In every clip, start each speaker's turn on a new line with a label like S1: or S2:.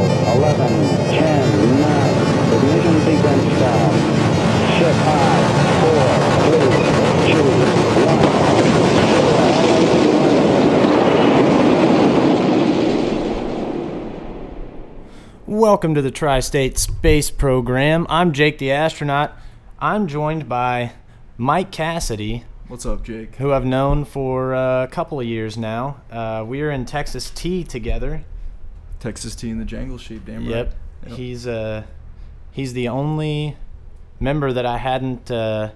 S1: seven, ten, nine. Ignition sequence start. Six, five, four, three, two,
S2: Welcome to the Tri State Space Program. I'm Jake the Astronaut. I'm joined by Mike Cassidy,
S3: What's up, Jake?
S2: who I've known for uh, a couple of years now. Uh, we are in Texas T together.
S3: Texas T and the Jangle Sheep, damn right.
S2: Yep. He's uh, he's the only member that I hadn't uh,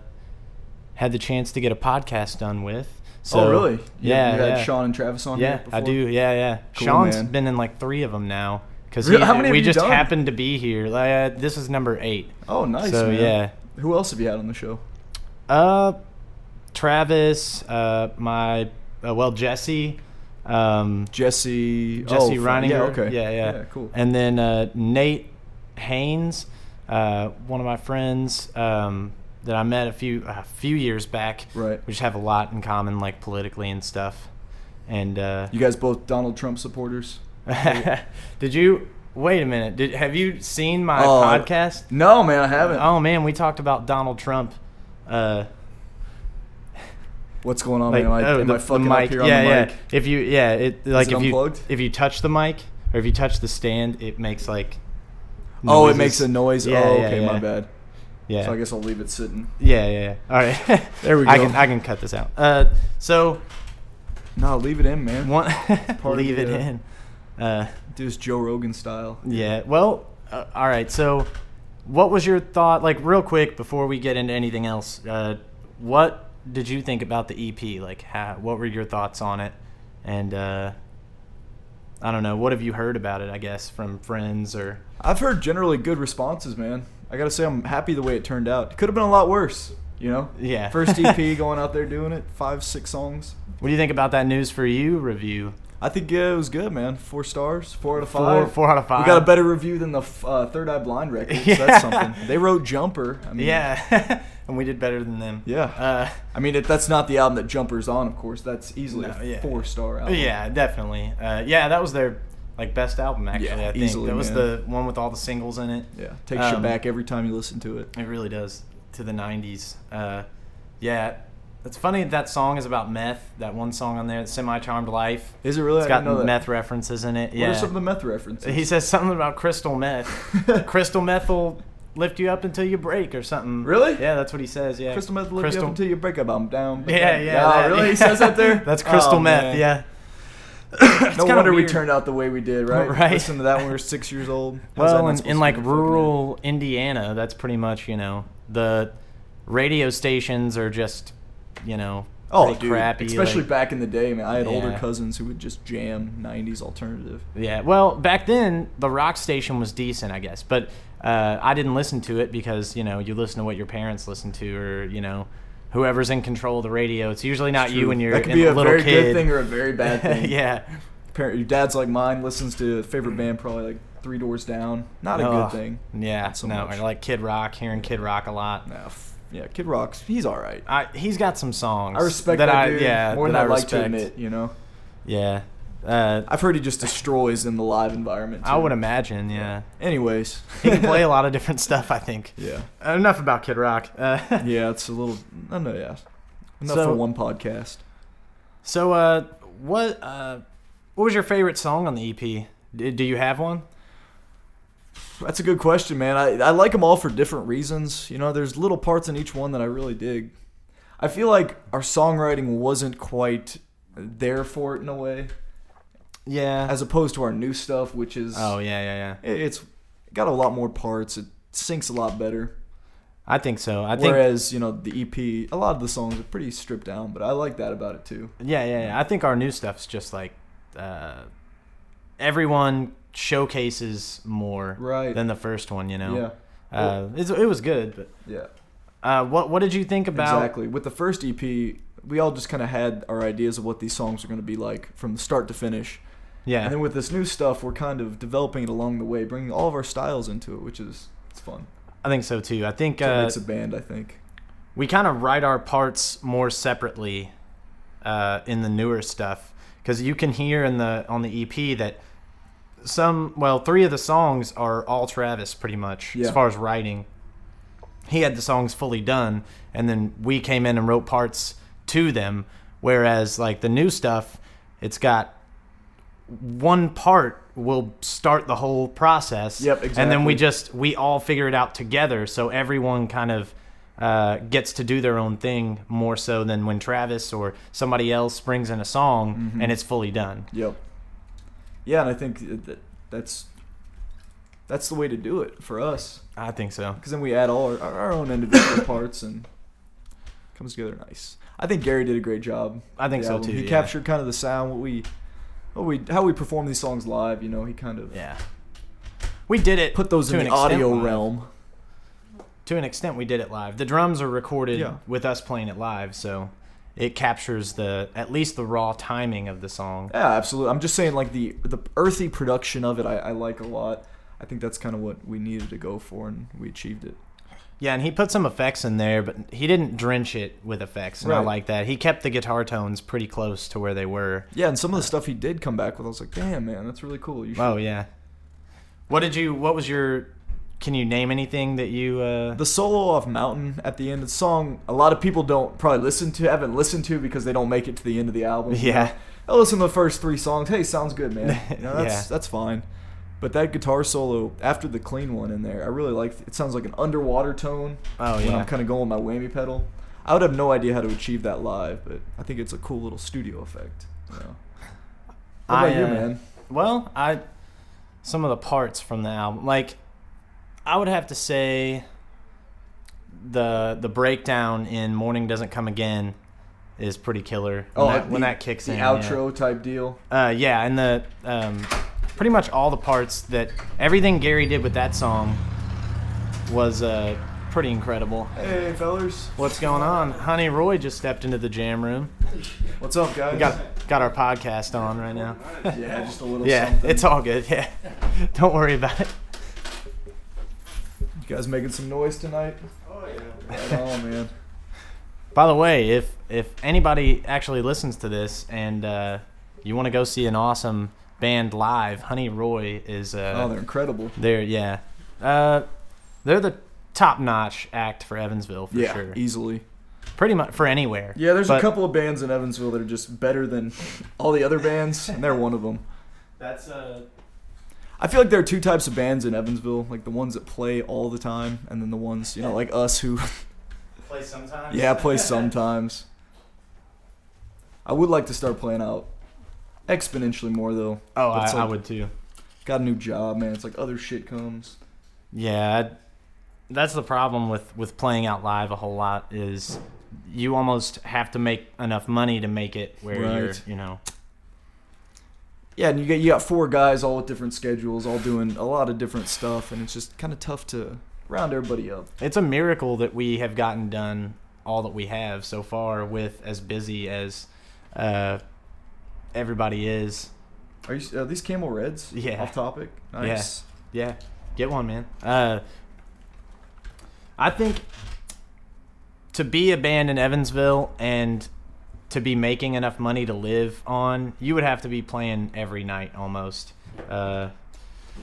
S2: had the chance to get a podcast done with. So,
S3: oh, really? You,
S2: yeah.
S3: You had
S2: yeah.
S3: Sean and Travis on
S2: Yeah,
S3: here
S2: I
S3: before?
S2: do. Yeah, yeah.
S3: Cool,
S2: Sean's
S3: man.
S2: been in like three of them now because
S3: Really? How many have
S2: we
S3: you
S2: just
S3: done?
S2: happened to be here. Like, uh, this is number eight.
S3: Oh, nice,
S2: So,
S3: man.
S2: yeah.
S3: Who else have you had on the show?
S2: Uh, Travis, uh, my uh, well Jesse, um,
S3: Jesse.
S2: Jesse
S3: oh,
S2: Reininger.
S3: Fran- Yeah, okay.
S2: Yeah, yeah.
S3: cool.
S2: And then uh, Nate Haynes, uh, one of my friends um, that I met a few a few years back.
S3: Right.
S2: We just have a lot in common, like politically and stuff. And uh,
S3: you guys both Donald Trump supporters?
S2: did you wait a minute? Did have you seen my
S3: Oh,
S2: podcast?
S3: No, man, I haven't.
S2: Oh man, we talked about Donald Trump. Uh,
S3: What's going on,
S2: like
S3: man? Am I,
S2: oh,
S3: am
S2: the,
S3: I
S2: the
S3: fucking
S2: mic.
S3: up here
S2: yeah,
S3: on the
S2: yeah.
S3: mic?
S2: If you yeah, it like
S3: it
S2: if you
S3: unplugged?
S2: if you touch the mic or if you touch the stand, it makes like.
S3: Oh, it
S2: noises.
S3: makes a noise.
S2: Yeah,
S3: oh,
S2: yeah,
S3: okay, my
S2: yeah.
S3: bad.
S2: Yeah.
S3: So I guess I'll leave it sitting.
S2: yeah, yeah, yeah. All right.
S3: There we
S2: I
S3: go.
S2: can I can cut this out. Uh, so
S3: No, leave it in, man.
S2: one
S3: of
S2: leave it
S3: the, uh,
S2: in. Uh,
S3: Do this Joe Rogan style.
S2: yeah. Well, uh, all right. So, what was your thought? Like, real quick before we get into anything else, uh, what did you think about the EP? Like, how, what were your thoughts on it? And uh, I don't know. What have you heard about it? I guess from friends or
S3: I've heard generally good responses, man. I gotta say, I'm happy the way it turned out. It could have been a lot worse, you know.
S2: Yeah.
S3: First EP going out there doing it, five, six songs.
S2: what do you think about that news for you review?
S3: I think yeah, it was good, man. Four stars, four out of
S2: Four
S3: five.
S2: four out of five.
S3: We got a better review than the f- uh, Third Eye Blind record. So
S2: Yeah.
S3: that's something. They wrote Jumper. I mean,
S2: Yeah, and we did better than them.
S3: Yeah.
S2: Uh,
S3: I mean, it, that's not the album that Jumper's on, of course. That's easily
S2: No,
S3: a
S2: yeah.
S3: four star album.
S2: Uh, Yeah, definitely. Uh, yeah, that was their like best album actually.
S3: Yeah,
S2: I think
S3: easily,
S2: that was
S3: man.
S2: the one with all the singles in it.
S3: Yeah. Takes you
S2: Um,
S3: back every time you listen to it.
S2: It really does to the '90s. Uh, yeah, it's funny that, that song is about meth. That one song on there, "Semi Charmed Life,"
S3: Is it really?
S2: it's
S3: I didn't
S2: got
S3: know that.
S2: meth references in it.
S3: What
S2: yeah,
S3: are some of the meth references?
S2: he says something about crystal meth. crystal meth will lift you up until you break or something.
S3: Really?
S2: Yeah, that's what he says. Yeah,
S3: Crystal meth lift you
S2: Crystal-
S3: up until you break up. I'm down. but
S2: Yeah,
S3: down.
S2: yeah.
S3: Nah,
S2: that-
S3: really?
S2: yeah.
S3: He says that there?
S2: That's crystal
S3: Oh,
S2: meth.
S3: man.
S2: Yeah.
S3: No
S2: kinda
S3: wonder
S2: weird.
S3: we turned out the way we did, right?
S2: Right.
S3: Listen to that when we were six years old. How's that
S2: Well,
S3: not
S2: in,
S3: supposed
S2: in
S3: to
S2: like
S3: be fucking-
S2: rural Indiana, that's pretty much you know the radio stations are just you know
S3: Oh,
S2: pretty
S3: dude.
S2: crappy,
S3: Especially
S2: like-
S3: back in the day, man. I had older
S2: Yeah.
S3: cousins who would just jam '90s alternative.
S2: Yeah, well, back then the rock station was decent, I guess, but uh, I didn't listen to it because you know you listen to what your parents listen to, or you know whoever's in control of the radio. It's usually not you when you're
S3: that could
S2: in-
S3: be a
S2: little
S3: very
S2: kid.
S3: good thing or a very bad thing.
S2: yeah,
S3: Parent, your dad's like mine. Listens to favorite band probably like Three Doors Down. Not a
S2: Ugh.
S3: good thing.
S2: Yeah,
S3: Not so
S2: no,
S3: much.
S2: I like Kid Rock, hearing Kid Rock a lot.
S3: Nah, f- yeah, Kid Rock's. He's all right.
S2: I, he's got some songs
S3: I respect
S2: that,
S3: that,
S2: I
S3: dude
S2: yeah
S3: more
S2: that
S3: than I,
S2: I
S3: like to
S2: respect.
S3: admit. You know,
S2: Yeah. Uh,
S3: I've heard he just destroys in the live environment.
S2: I
S3: too.
S2: would imagine, yeah.
S3: Anyways,
S2: He can play a lot of different stuff, I think.
S3: yeah,
S2: Enough about Kid Rock. Uh,
S3: yeah. It's a little. I know. Yeah. Enough
S2: So-
S3: for one podcast.
S2: So, uh, what uh, what was your favorite song on the EP? D- do you have one?
S3: That's a good question, man. I, I like them all for different reasons. You know, there's little parts in each one that I really dig. I feel like our songwriting wasn't quite there for it in a way,
S2: Yeah.
S3: as opposed to our new stuff, which is
S2: oh yeah, yeah, yeah.
S3: it, it's got a lot more parts. It syncs a lot better.
S2: I think so. I think.
S3: Whereas you know the EP, a lot of the songs are pretty stripped down, but I like that about it too.
S2: yeah, yeah, yeah. I think our new stuff's just like uh, everyone showcases more
S3: Right.
S2: than the first one. You know.
S3: Yeah.
S2: Uh, it's, it was good, but
S3: Yeah.
S2: uh, what what did you think about?
S3: Exactly. With the first EP, we all just kind of had our ideas of what these songs are going to be like from the start to finish.
S2: Yeah.
S3: And then with this new stuff, we're kind of developing it along the way, bringing all of our styles into it, which is it's fun.
S2: I think so too. I think
S3: It's what
S2: uh,
S3: makes a band, I think.
S2: we kind of write our parts more separately uh, in the newer stuff because you can hear in the on the EP E that some well three of the songs are all travis pretty much
S3: Yeah.
S2: as far as writing he had the songs fully done and then we came in and wrote parts to them whereas like the new stuff it's got one part will start the whole process
S3: Yep,
S2: and then we
S3: exactly.
S2: just we all figure it out together so everyone kind of uh, gets to do their own thing more so than when travis or somebody else brings in a song
S3: Mm-hmm.
S2: and it's fully done
S3: Yep. Yeah, and I think that- that that's that's the way to do it for us
S2: i think so
S3: because then we add all our, our own individual parts and comes together nice. I think Gary did a great job.
S2: I think
S3: with the
S2: so
S3: album.
S2: too,
S3: He
S2: yeah.
S3: captured kind of the sound what we what we how we perform these songs live. You know, he kind of
S2: Yeah. We did it.
S3: put those
S2: to
S3: in
S2: an
S3: the
S2: extent
S3: audio
S2: live.
S3: realm.
S2: To an extent, we did it live. The drums are recorded
S3: Yeah.
S2: with us playing it live, so it captures the at least the raw timing of the song.
S3: Yeah, absolutely. I'm just saying, like the the earthy production of it, I, I like a lot. I think that's kind of what we needed to go for, and we achieved it.
S2: Yeah, and he put some effects in there, but he didn't drench it with effects, and I
S3: Right.
S2: like that. He kept the guitar tones pretty close to where they were.
S3: Yeah, and some of the stuff he did come back with, I was like, damn, man, that's really cool. You should.
S2: Oh yeah. What did you? What was your? Can you name anything that you? Uh,
S3: The solo off Mountain at the end of the song, a lot of people don't probably listen to, haven't listened to because they don't make it to the end of the album. you
S2: Yeah.
S3: know. I listen to the first three songs. Hey, sounds good, man. You know, that's
S2: Yeah.
S3: that's fine. But that guitar solo after the clean one in there, I really like. It sounds like an underwater tone.
S2: Oh,
S3: When
S2: yeah.
S3: I'm kind of going my whammy pedal. I would have no idea how to achieve that live, but I think it's a cool little studio effect. You know. What about
S2: I,
S3: you,
S2: uh,
S3: man?
S2: Well, I some of the parts from the album, like I would have to say the the breakdown in "Morning Doesn't Come Again" is pretty killer. When, that, when
S3: Oh, the-
S2: that kicks
S3: the
S2: in,
S3: outro type deal.
S2: yeah, uh, yeah and the um, pretty much all the parts that everything Gary did with that song was uh, pretty incredible.
S3: Hey, fellas,
S2: What's going on, honey? Roy just stepped into the jam room.
S3: what's up, guys?
S2: We got got our podcast on right now.
S3: yeah, just a little.
S2: Yeah,
S3: something.
S2: it's all good. Yeah, don't worry about it.
S3: You guys making some noise tonight? Oh yeah. Right on, man.
S2: By the way, if if anybody actually listens to this and uh, you want to go see an awesome band live, Honey Roy is
S3: Oh,
S2: uh,
S3: they're incredible.
S2: they're yeah, uh, they're the top notch act for Evansville for
S3: yeah,
S2: sure.
S3: easily.
S2: Pretty much for anywhere.
S3: Yeah, there's
S2: But
S3: a couple of bands in Evansville that are just better than all the other bands, and they're one of them.
S2: That's uh,
S3: I feel like there are two types of bands in Evansville, like the ones that play all the time, and then the ones you know, like us, who
S2: play sometimes.
S3: yeah play sometimes. I would like to start playing out exponentially more though.
S2: Oh,
S3: But
S2: I,
S3: it's
S2: I
S3: like-
S2: would too.
S3: Got a new job, man. It's like other shit comes.
S2: Yeah, I- that's the problem with with playing out live a whole lot is you almost have to make enough money to make it where you're
S3: Right.
S2: you know
S3: Yeah, and you get you got four guys all with different schedules, all doing a lot of different stuff, and it's just kind of tough to round everybody up.
S2: It's a miracle that we have gotten done all that we have so far with as busy as uh, everybody is.
S3: Are you are these Camel Reds?
S2: Yeah.
S3: Off topic. Nice.
S2: Yeah, get one, man. Uh, I think to be a band in Evansville and to be making enough money to live on, you would have to be playing every night almost. Uh,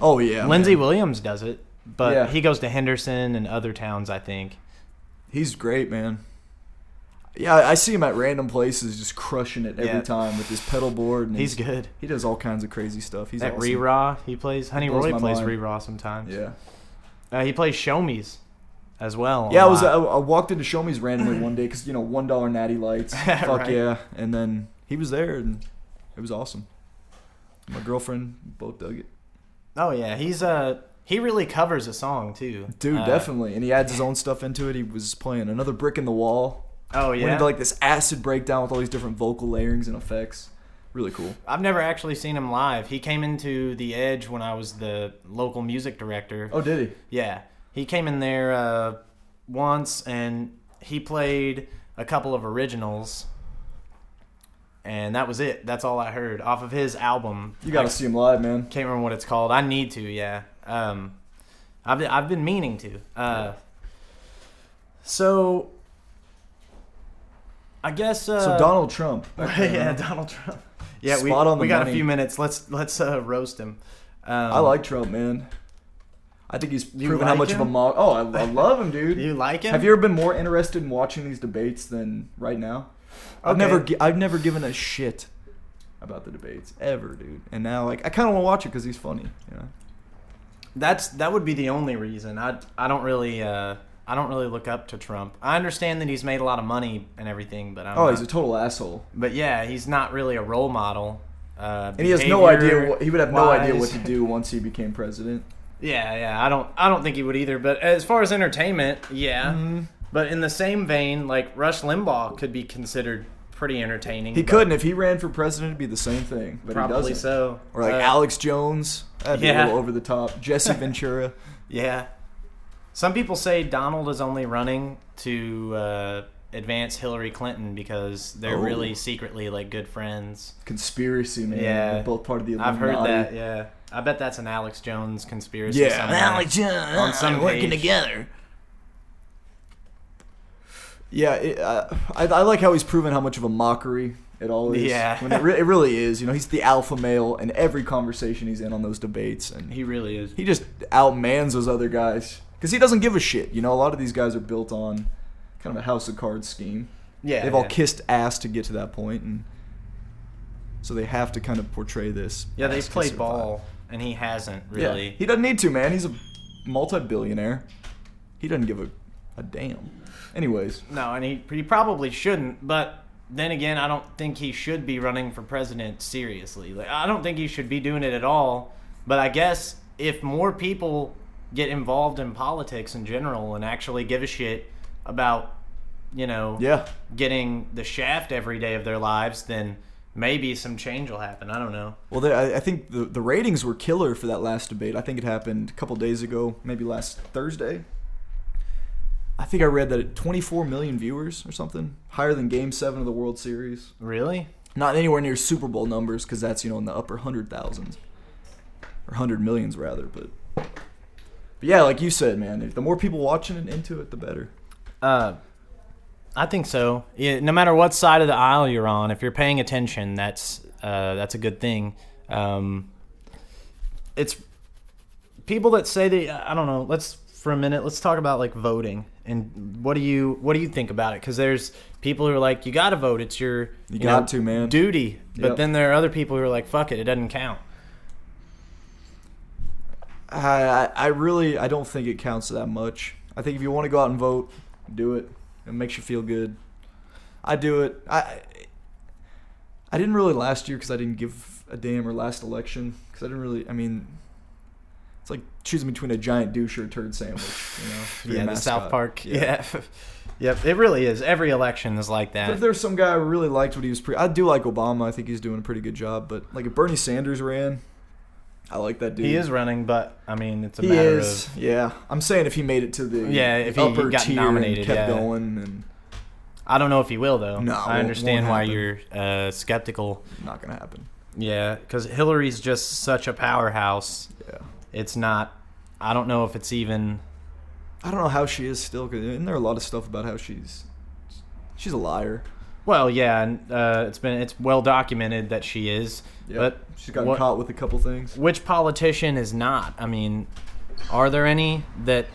S3: Oh yeah.
S2: Lindsey
S3: man.
S2: Williams does it, but
S3: Yeah.
S2: he goes to Henderson and other towns, I think.
S3: He's great, man. Yeah, I I see him at random places, just crushing it every
S2: Yeah.
S3: time with his pedal board. And
S2: He's
S3: his-
S2: good.
S3: He does all kinds of crazy stuff. He's
S2: that
S3: awesome.
S2: re-raw he plays. Honey
S3: blows
S2: Roy
S3: my
S2: plays
S3: mind.
S2: re-raw sometimes.
S3: Yeah.
S2: Uh, he plays show me's as well. a
S3: Yeah, I was uh, I,
S2: lot.
S3: I walked into Show Me's randomly one day because you know one dollar natty lights. Fuck
S2: Right.
S3: yeah! And then he was there, and it was awesome. My girlfriend both dug it.
S2: oh yeah, he's uh he really covers a song too.
S3: Dude,
S2: Uh,
S3: definitely. And he adds his own stuff into it. He was playing another brick in the wall.
S2: Oh
S3: Went
S2: yeah.
S3: into like this acid breakdown with all these different vocal layerings and effects. Really cool.
S2: I've never actually seen him live. He came into the Edge when I was the local music director.
S3: Oh, did he?
S2: Yeah, he came in there uh, once and he played a couple of originals. And that was it. That's all I heard off of his album.
S3: You got to see him live, man.
S2: can't remember what it's called. I need to, yeah. Um, I've been, I've been meaning to. Uh, so I guess uh,
S3: So Donald Trump.
S2: yeah, Donald Trump. Yeah, we,
S3: Spot on the
S2: we got a
S3: money.
S2: few minutes. Let's let's uh, roast him. Um,
S3: I like Trump, man. I think he's
S2: You
S3: proven how
S2: like
S3: much of a
S2: him?
S3: mo- Oh, I, I love him, dude.
S2: You like him?
S3: Have you ever been more interested in watching these debates than right now? I've
S2: Okay.
S3: never, gi- I've never given a shit about the debates ever, dude. And now, like, I kind of want to watch it because he's funny. You know?
S2: That's that would be the only reason. I I don't really uh, I don't really look up to Trump. I understand that he's made a lot of money and everything, but I'm
S3: Oh,
S2: not-
S3: he's a total asshole,
S2: but yeah, he's not really a role model. Uh,
S3: and he has no idea.
S2: behavior
S3: What, he would have no idea what
S2: wise.
S3: to do once he became president.
S2: Yeah, yeah. I don't I don't think he would either. But as far as entertainment, yeah.
S3: Mm-hmm.
S2: But in the same vein, like Rush Limbaugh could be considered pretty entertaining.
S3: He
S2: but
S3: could, and if he ran for president, it'd be the same thing. But he
S2: probably
S3: doesn't.
S2: so.
S3: Or like
S2: Uh,
S3: Alex Jones, that'd be a
S2: yeah.
S3: little over the top. Jesse Ventura.
S2: Yeah. Some people say Donald is only running to uh, advance Hillary Clinton because they're
S3: Oh.
S2: really secretly like good friends.
S3: conspiracy man.
S2: Yeah.
S3: They're both part of the
S2: I've
S3: Illuminati.
S2: heard that. Yeah, I bet that's an Alex Jones conspiracy.
S3: Yeah,
S2: somewhere.
S4: John,
S2: On some
S4: working
S2: page.
S4: together.
S3: Yeah, it, uh, I, I like how he's proven how much of a mockery it all is.
S2: Yeah.
S3: when it, re- it really is. You know, he's the alpha male in every conversation he's in on those debates, and he,
S2: He really is.
S3: he just outmans those other guys because he doesn't give a shit. You know, a lot of these guys are built on kind of a house of cards scheme.
S2: Yeah,
S3: They've all
S2: yeah.
S3: kissed ass to get to that point, and so they have to kind of portray this.
S2: Yeah, they've
S3: ass-kisser
S2: played
S3: vibe.
S2: ball, and he hasn't
S3: Yeah.
S2: really.
S3: He doesn't need to, man. He's a multi-billionaire. He doesn't give a, a damn. Anyways,
S2: No, and he, he probably shouldn't. But then again, I don't think he should be running for president seriously. Like, I don't think he should be doing it at all. But I guess if more people get involved in politics in general and actually give a shit about, you know,
S3: yeah.
S2: getting the shaft every day of their lives, then maybe some change will happen. I don't know.
S3: Well, there, I, I think the, the ratings were killer for that last debate. I think it happened a couple days ago, maybe last Thursday. I think I read that at 24 million viewers or something, higher than Game Seven of the World Series.
S2: Really?
S3: Not anywhere near Super Bowl numbers because that's you know in the upper hundred thousands or hundred millions rather. But but yeah, like you said, man, if the more people watching and into it, the better.
S2: Uh, I think so. Yeah, no matter what side of the aisle you're on, if you're paying attention, that's uh, that's a good thing. Um, it's people that say that I don't know. Let's for a minute. Let's talk about like voting and what do you what do you think about it? Because there's people who are like, you got to vote. It's your
S3: You got to, man.
S2: duty. But
S3: Yep.
S2: then there are other people who are like, fuck it, it doesn't count.
S3: I, I- I really I don't think it counts that much. I think if you want to go out and vote, do it. It makes you feel good. I do it. I I didn't really last year because I didn't give a damn or last election because I didn't really. I mean, it's like choosing between a giant douche or a turd sandwich. You know, for your
S2: Yeah, the South
S3: mascot.
S2: Park. Yeah. yep. It really is. Every election is like
S3: But if
S2: that.
S3: there's some guy I really liked what he was pre I do like Obama. I think he's doing a pretty good job. But like if Bernie Sanders ran, I like that dude.
S2: He is running, but I mean, it's a
S3: he
S2: matter of
S3: is. Yeah, I'm saying if he made it to the
S2: Yeah, if he
S3: upper
S2: got
S3: tier
S2: nominated,
S3: and kept
S2: yeah.
S3: going, and
S2: I don't know if he will though.
S3: No, won't-
S2: I understand
S3: won't
S2: why
S3: happen.
S2: you're uh, skeptical.
S3: not gonna happen.
S2: Yeah, because Hillary's just such a powerhouse.
S3: Yeah,
S2: It's not. I don't know if it's even.
S3: I don't know how she is still. Cause isn't there a lot of stuff about how she's she's a liar?
S2: Well, yeah, and uh, it's been it's well documented that she is.
S3: Yeah,
S2: But
S3: she's gotten
S2: what-
S3: caught with a couple things.
S2: Which politician is not? I mean, are there any that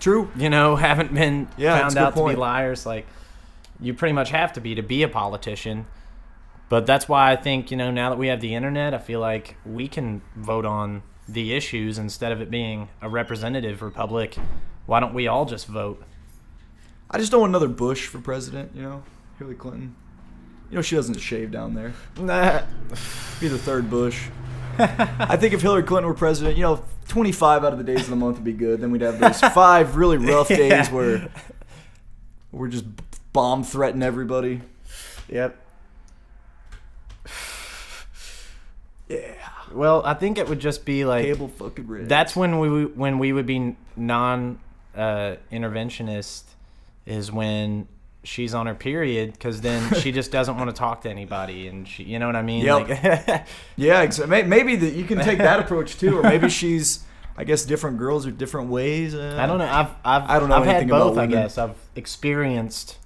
S3: True.
S2: you know haven't been
S3: Yeah,
S2: found
S3: that's a good
S2: out to be
S3: point.
S2: liars? Like, you pretty much have to be to be a politician. But that's why I think you know now that we have the internet, I feel like we can vote on the issues instead of it being a representative republic. Why don't we all just vote?
S3: I just don't want another Bush for president. You know, Hillary Clinton. You know she doesn't shave down there. Be the third Bush. I think if Hillary Clinton were president, you know, 25 out of the days of the month would be good. Then we'd have those five really rough days
S2: Yeah.
S3: where we're just bomb threatening everybody.
S2: Yep.
S3: Yeah.
S2: Well, I think it would just be like
S3: Cable fucking red.
S2: that's when we when we would be non uh, interventionist is when she's on her period because then she just doesn't want to talk to anybody and she you know what I mean
S3: Yep.
S2: Like-
S3: yeah. Exa- may- maybe that you can take that approach too, or maybe she's. I guess different girls are different ways. Uh,
S2: I don't know I've I've
S3: I don't know
S2: I've had
S3: anything about
S2: both I
S3: women.
S2: guess I've experienced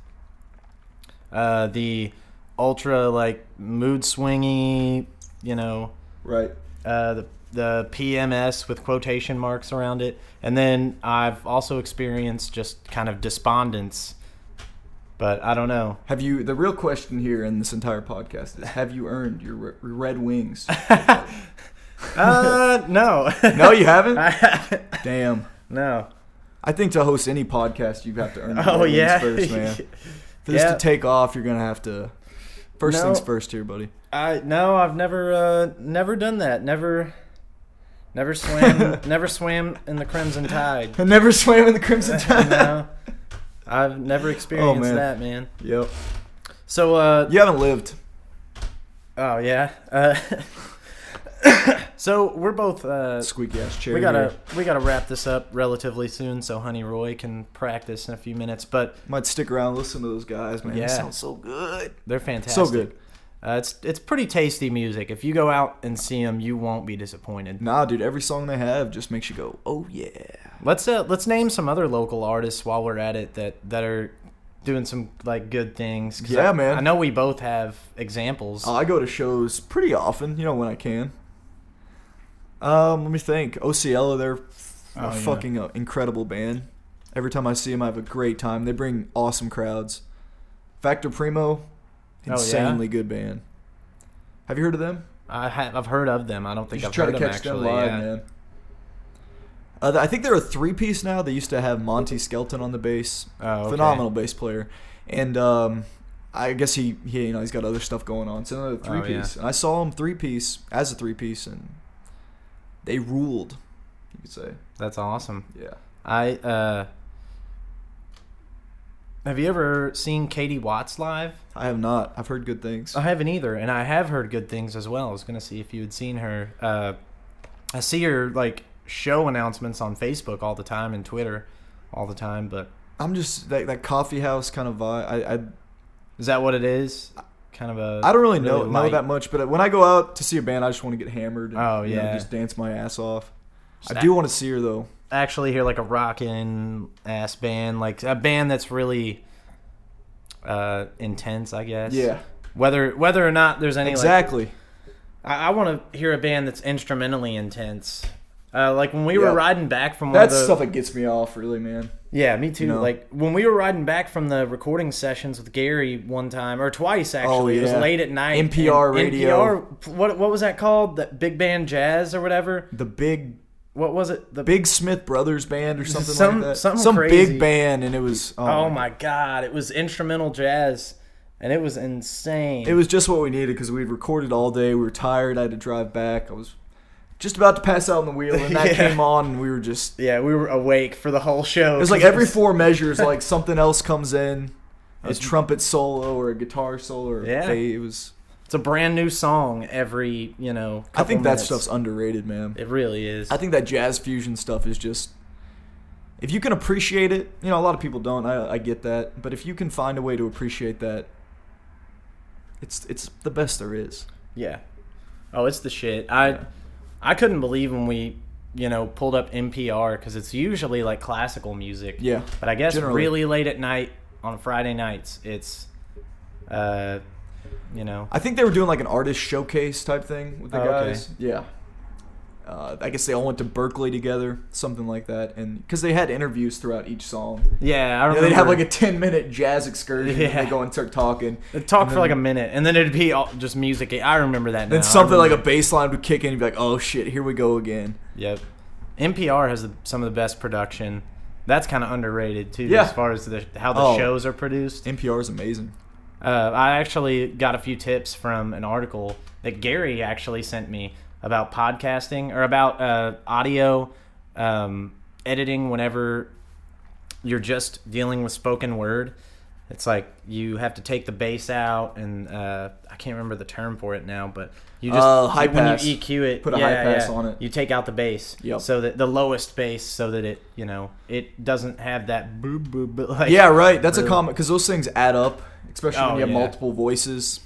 S2: uh, the ultra like mood swingy you know
S3: Right.
S2: uh, the the PMS with quotation marks around it, and then I've also experienced just kind of despondence. But I don't know.
S3: Have you? The real question here in this entire podcast is: Have you earned your re- red wings?
S2: Uh, no,
S3: no, you haven't. Damn.
S2: no.
S3: I think to host any podcast, you have to earn. Your
S2: Oh
S3: red wings
S2: yeah.
S3: first, man. For this
S2: Yeah.
S3: to take off, you're gonna have to. First
S2: No.
S3: things first, here, buddy.
S2: I no, I've never uh, never done that. Never, never swam. never swam in the Crimson Tide.
S3: I never swam in the Crimson Tide.
S2: No, I've never experienced
S3: Oh, man.
S2: that, man.
S3: Yep.
S2: So, uh,
S3: You haven't lived.
S2: oh yeah. Uh, so we're both. Uh,
S3: Squeaky ass chair.
S2: we gotta
S3: here.
S2: we gotta wrap this up relatively soon, so Honey Roy can practice in a few minutes. But
S3: Might stick around, and listen to those guys, man. They
S2: Yeah.
S3: sound so good.
S2: they're fantastic.
S3: So good.
S2: Uh, it's it's pretty tasty music. If you go out and see them, you won't be disappointed.
S3: Nah, dude. Every song they have just makes you go, oh yeah.
S2: Let's uh, let's name some other local artists while we're at it that that are doing some like good things. 'Cause
S3: Yeah,
S2: I-
S3: man.
S2: I know we both have examples.
S3: Uh, I go to shows pretty often, you know, when I can. Um, let me think. OCL, they're f-
S2: Oh,
S3: a
S2: yeah.
S3: fucking uh, incredible band. Every time I see them, I have a great time. They bring awesome crowds. Factor Primo,
S2: Oh, yeah?
S3: insanely good band. Have you heard of them?
S2: I have, I've heard of them. I don't
S3: You
S2: think
S3: should
S2: I've
S3: try
S2: heard
S3: to
S2: them
S3: catch
S2: actually.
S3: them live,
S2: yeah.
S3: man. Uh, th- I think they're a three piece now. They used to have Monty Skelton on the bass,
S2: Oh, okay.
S3: phenomenal bass player, and um, I guess he, he you know he's got other stuff going on. It's another
S2: Oh, yeah.
S3: three piece, and I saw him three piece as a three piece, and they ruled. You could say,
S2: That's awesome.
S3: yeah.
S2: I uh, have you ever seen Katie Watts live?
S3: I have not. I've heard good things.
S2: I haven't either, and I have heard good things as well. I was gonna see if you had seen her. Uh, I see her like show announcements on Facebook all the time and Twitter all the time, but
S3: I'm just that that coffee house kind of vibe. I, I
S2: is that what it is? Kind of a.
S3: I don't really know know
S2: light-
S3: that much, but when I go out to see a band, I just want to get hammered. And,
S2: Oh,
S3: you know,
S2: yeah.
S3: just dance my ass off. I
S2: That-
S3: do want to see her though.
S2: actually hear like a rockin' ass band, like a band that's really uh intense, I guess.
S3: Yeah,
S2: Whether whether or not there's any like,
S3: exactly.
S2: I, I want to hear a band that's instrumentally intense. Uh, like when we
S3: Yeah.
S2: were riding back from one
S3: That's
S2: of the,
S3: stuff that gets me off, really, man.
S2: yeah, me too.
S3: know?
S2: Like when we were riding back from the recording sessions with Gary one time or twice actually. It was
S3: Oh, yeah.
S2: late at night.
S3: NPR
S2: and
S3: radio.
S2: NPR. What what was that called? That big band jazz or whatever.
S3: The big
S2: What was it? The
S3: Big Smith Brothers band or something
S2: Some-
S3: like that.
S2: something
S3: Some
S2: crazy.
S3: big band, and it was oh,
S2: Oh
S3: my.
S2: my god, it was instrumental jazz and it was insane.
S3: It was just what we needed because we'd recorded all day. We were tired. I had to drive back. I was just about to pass out on the wheel, and that
S2: Yeah.
S3: came on, and we were just. It
S2: yeah, we were awake for the whole show. It
S3: was like every four measures, like something else comes in, a trumpet solo or a guitar solo. Or
S2: Yeah.
S3: yeah, it was.
S2: it's a brand new song every, you know,
S3: I think
S2: couple
S3: that
S2: minutes.
S3: stuff's underrated, man.
S2: it really is.
S3: I think that jazz fusion stuff is just if you can appreciate it, you know, a lot of people don't. I, I get that, but if you can find a way to appreciate that, it's it's the best there is.
S2: Yeah. Oh, it's the shit. I I couldn't believe when we, you know, pulled up NPR cuz it's usually like classical music.
S3: Yeah.
S2: But I guess
S3: Generally.
S2: really late at night on Friday nights, it's uh you know,
S3: I think they were doing like an artist showcase type thing with the
S2: Oh, okay.
S3: guys. Yeah. Uh, I guess they all went to Berkeley together, something like that, and because they had interviews throughout each song,
S2: yeah, I
S3: You know,
S2: remember
S3: they'd have like a ten-minute jazz excursion,
S2: Yeah.
S3: and they go and start talking.
S2: It'd talk
S3: And
S2: for
S3: then-
S2: like a minute, and then it'd be all, just music. I remember that.
S3: Then
S2: now. I
S3: something like a
S2: remember-
S3: bass line would kick in, and you'd be like, "Oh shit, here we go again."
S2: yep. NPR has the, some of the best production. That's kind of underrated too,
S3: Yeah.
S2: as far as the, how the
S3: Oh.
S2: shows are produced.
S3: NPR is amazing.
S2: Uh, I actually got a few tips from an article that Gary actually sent me about podcasting or about uh, audio um, editing whenever you're just dealing with spoken word. It's like you have to take the bass out, and uh, I can't remember the term for it now, but you just
S3: Oh, high
S2: when
S3: pass.
S2: you EQ it,
S3: Put a high pass on it.
S2: You take out the bass,
S3: Yep.
S2: so that the lowest bass, so that it you know it doesn't have that boo boo boo. Like,
S3: Yeah, right. That's a
S2: Really?
S3: comment because those things add up, especially
S2: Oh,
S3: when you have
S2: yeah.
S3: multiple voices.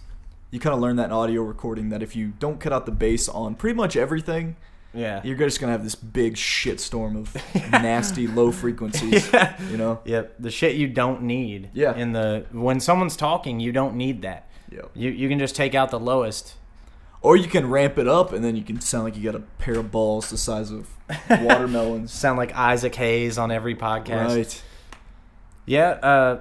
S3: You kind of learn that in audio recording that if you don't cut out the bass on pretty much everything,
S2: yeah.
S3: you're just gonna have this big shitstorm of nasty low frequencies. You know?
S2: Yep, the shit you don't need.
S3: Yeah.
S2: In the when someone's talking, you don't need that.
S3: Yep.
S2: You you can just take out the lowest.
S3: Or you can ramp it up, and then you can sound like you got a pair of balls the size of watermelons.
S2: Sound like Isaac Hayes on every podcast.
S3: right.
S2: Yeah. Uh,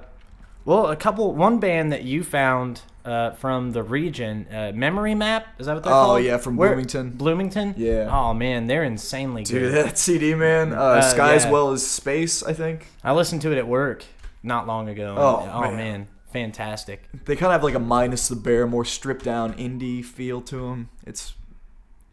S2: well, a couple. One band that you found uh, from the region, uh, Memory Map. Is that what they're
S3: Oh,
S2: called?
S3: yeah, from Bloomington.
S2: Bloomington.
S3: Yeah.
S2: Oh man, they're insanely
S3: Dude,
S2: good.
S3: that CD, man. Uh,
S2: Uh,
S3: Sky as
S2: yeah.
S3: well as Space, I think.
S2: I listened to it at work not long ago. and-
S3: Oh,
S2: oh
S3: man.
S2: man. fantastic.
S3: They kind of have like a minus the bear, more stripped down indie feel to them. It's.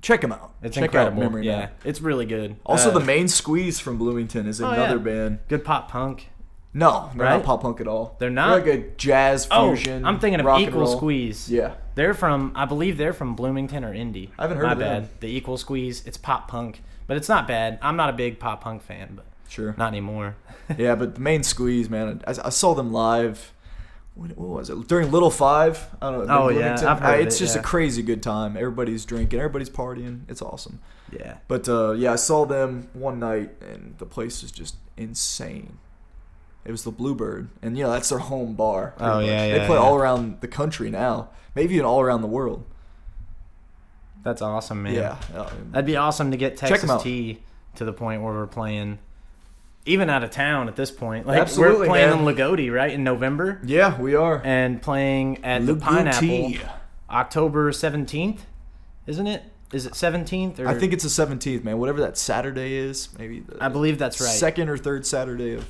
S3: Check them out.
S2: It's
S3: Check
S2: incredible.
S3: out Memory
S2: yeah,
S3: Map.
S2: it's really good.
S3: Also,
S2: Uh,
S3: the main squeeze from Bloomington is
S2: Oh, yeah.
S3: another band.
S2: good pop punk.
S3: No, they're not
S2: Right?
S3: pop punk at all.
S2: They're not?
S3: like a jazz
S2: Oh,
S3: fusion.
S2: I'm thinking of
S3: rock and
S2: Equal
S3: roll.
S2: Squeeze.
S3: Yeah,
S2: They're from, I believe they're from Bloomington or Indy.
S3: I haven't heard
S2: My
S3: of them.
S2: bad. The Equal Squeeze. It's pop punk, but it's not bad. I'm not a big pop punk fan, but
S3: sure.
S2: not anymore.
S3: yeah, but the main squeeze, man. I, I saw them live. When, what was it? During Little Five. I don't know.
S2: Oh,
S3: in
S2: yeah,
S3: Bloomington.
S2: I've heard
S3: I-
S2: of
S3: It's
S2: it,
S3: just a
S2: yeah.
S3: crazy good time. Everybody's drinking. Everybody's partying. It's awesome.
S2: yeah.
S3: But uh, yeah, I saw them one night, and the place was just insane. It was the Bluebird, and yeah, that's their home bar. pretty
S2: Oh,
S3: much.
S2: yeah,
S3: They
S2: yeah,
S3: play
S2: yeah.
S3: all around the country now, maybe even all around the world.
S2: That's awesome, man.
S3: Yeah, uh,
S2: That'd be awesome to get
S3: 'em
S2: Texas
S3: out.
S2: T to the point where we're playing even out of town at this point. Like
S3: Absolutely,
S2: we're playing
S3: man.
S2: in Lagodi, right, in November.
S3: yeah, we are.
S2: And playing at
S3: Lagodi.
S2: the Pineapple October seventeenth, isn't it? Is it seventeenth or
S3: I think it's the seventeenth, man. Whatever that Saturday is, maybe. The
S2: I believe that's right.
S3: Second or third Saturday of.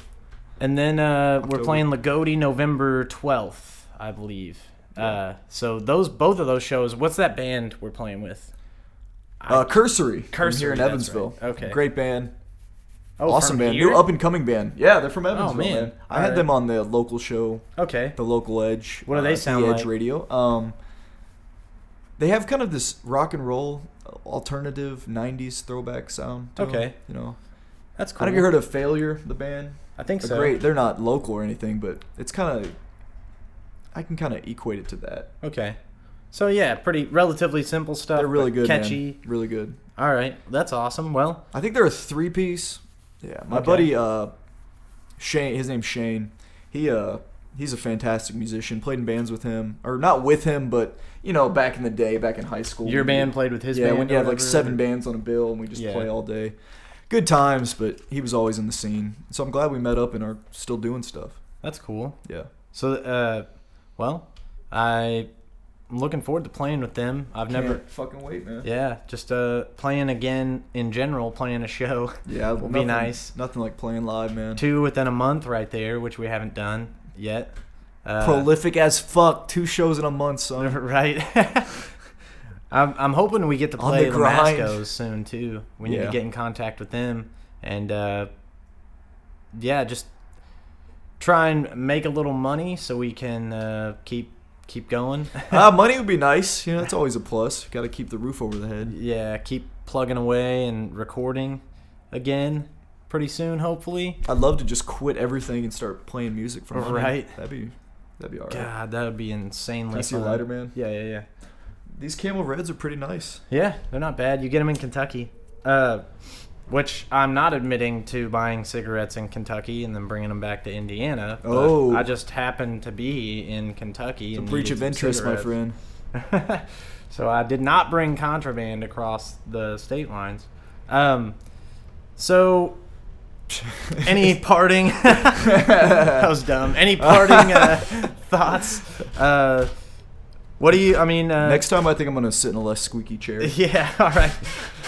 S2: And then uh, we're
S3: October.
S2: playing Lagodi November 12th, I believe. Uh, so those both of those shows, what's that band we're playing with?
S3: Uh, Cursory. from here
S2: Cursory,
S3: in
S2: that's
S3: Evansville.
S2: right. Okay.
S3: Great band.
S2: Oh,
S3: awesome
S2: from
S3: band.
S2: here? Oh,
S3: New up and coming band. Yeah, they're from Evansville,
S2: man.
S3: man. I had
S2: Alright.
S3: them on the local show,
S2: Okay.
S3: the local Edge.
S2: What do they
S3: uh,
S2: sound
S3: the Edge
S2: like?
S3: Radio. Um, they have kind of this rock and roll uh, alternative '90s throwback sound. to 'em,
S2: Okay.
S3: you know,
S2: That's
S3: I
S2: cool.
S3: don't know if you heard of Failure, the band.
S2: I think
S3: They're
S2: so.
S3: great. They're not local or anything, but it's kind of. I can kind of equate it to that.
S2: Okay. So yeah, pretty relatively simple stuff.
S3: They're really
S2: but
S3: good, man.
S2: catchy.
S3: Really good.
S2: All right, that's awesome. Well,
S3: I think they're a three piece. Yeah, my
S2: Okay.
S3: buddy uh, Shane, his name's Shane. He uh, he's a fantastic musician. Played in bands with him, or not with him, but you know, back in the day, back in high school.
S2: your
S3: when
S2: band
S3: you-
S2: played with his
S3: yeah,
S2: band.
S3: when
S2: or
S3: you have like
S2: whatever?
S3: seven bands on a bill, and we just
S2: Yeah.
S3: play all day. Good times, but he was always in the scene. So I'm glad we met up and are still doing stuff.
S2: That's cool.
S3: Yeah.
S2: So, uh, well, I- I'm looking forward to playing with them. I've never.
S3: Can't fucking wait, man.
S2: Yeah, just uh, playing again in general, playing a show.
S3: Yeah,
S2: Will be
S3: nothing-
S2: nice.
S3: Nothing like playing live, man.
S2: two within a month right there, which we haven't done yet. Uh,
S3: Prolific as fuck. Two shows in a month, son.
S2: right? I'm, I'm hoping we get to
S3: On
S2: play
S3: the
S2: the
S3: grind.
S2: Mascos soon too. We need
S3: Yeah.
S2: to get in contact with them and uh, yeah, just try and make a little money so we can uh, keep keep going.
S3: Ah, money would be nice. You know, that's always a plus. Got to keep the roof over the head.
S2: yeah, keep plugging away and recording again pretty soon, hopefully.
S3: I'd love to just quit everything and start playing music for money.
S2: Right.
S3: That'd be that'd be alright.
S2: God, that would be insanely.
S3: Can I see a
S2: fun.
S3: lighter, man?
S2: Yeah, yeah, yeah.
S3: These Camel Reds are pretty nice.
S2: Yeah, they're not bad. You get them in Kentucky, uh, which I'm not admitting to buying cigarettes in Kentucky and then bringing them back to Indiana. but
S3: Oh.
S2: I just happened to be in Kentucky.
S3: It's a
S2: and
S3: breach
S2: needed
S3: of
S2: some
S3: interest, my
S2: cigarettes.
S3: friend.
S2: so I did not bring contraband across the state lines. Um, so any parting? that was dumb. Any parting uh, thoughts? Uh, what do you? I mean, uh,
S3: Next time, I think I'm gonna sit in a less squeaky chair.
S2: yeah, all right.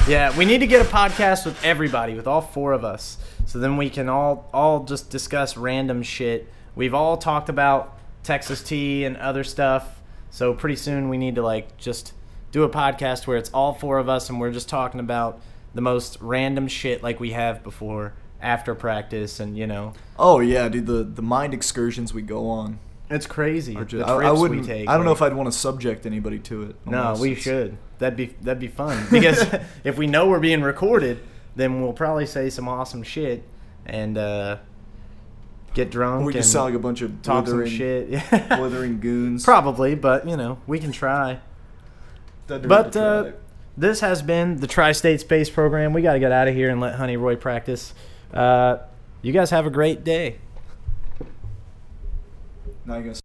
S2: Yeah, we need to get a podcast with everybody, with all four of us. So then we can all all just discuss random shit. We've all talked about Texas tea and other stuff. So pretty soon we need to like just do a podcast where it's all four of us and we're just talking about the most random shit like we have before after practice and you know
S3: Oh yeah, dude. The the mind excursions we go on.
S2: it's crazy.
S3: Are
S2: the
S3: just,
S2: trips
S3: I, I wouldn't.
S2: we take.
S3: I don't know
S2: like-
S3: if I'd want to subject anybody to it.
S2: No,
S3: almost.
S2: we
S3: It's-
S2: should. That'd be that'd be fun because if we know we're being recorded, then we'll probably say some awesome shit and uh, get drunk
S3: We
S2: and
S3: just sound like a bunch of
S2: talk some
S3: blithering,
S2: shit. Yeah.
S3: blithering goons.
S2: probably, but you know we can try.
S3: Thunder
S2: But
S3: in the
S2: uh,
S3: tribe.
S2: this has been the Tri-State Space Program. We got to get out of here and let Honey Roy practice. Uh, you guys have a great day.
S3: now you're gonna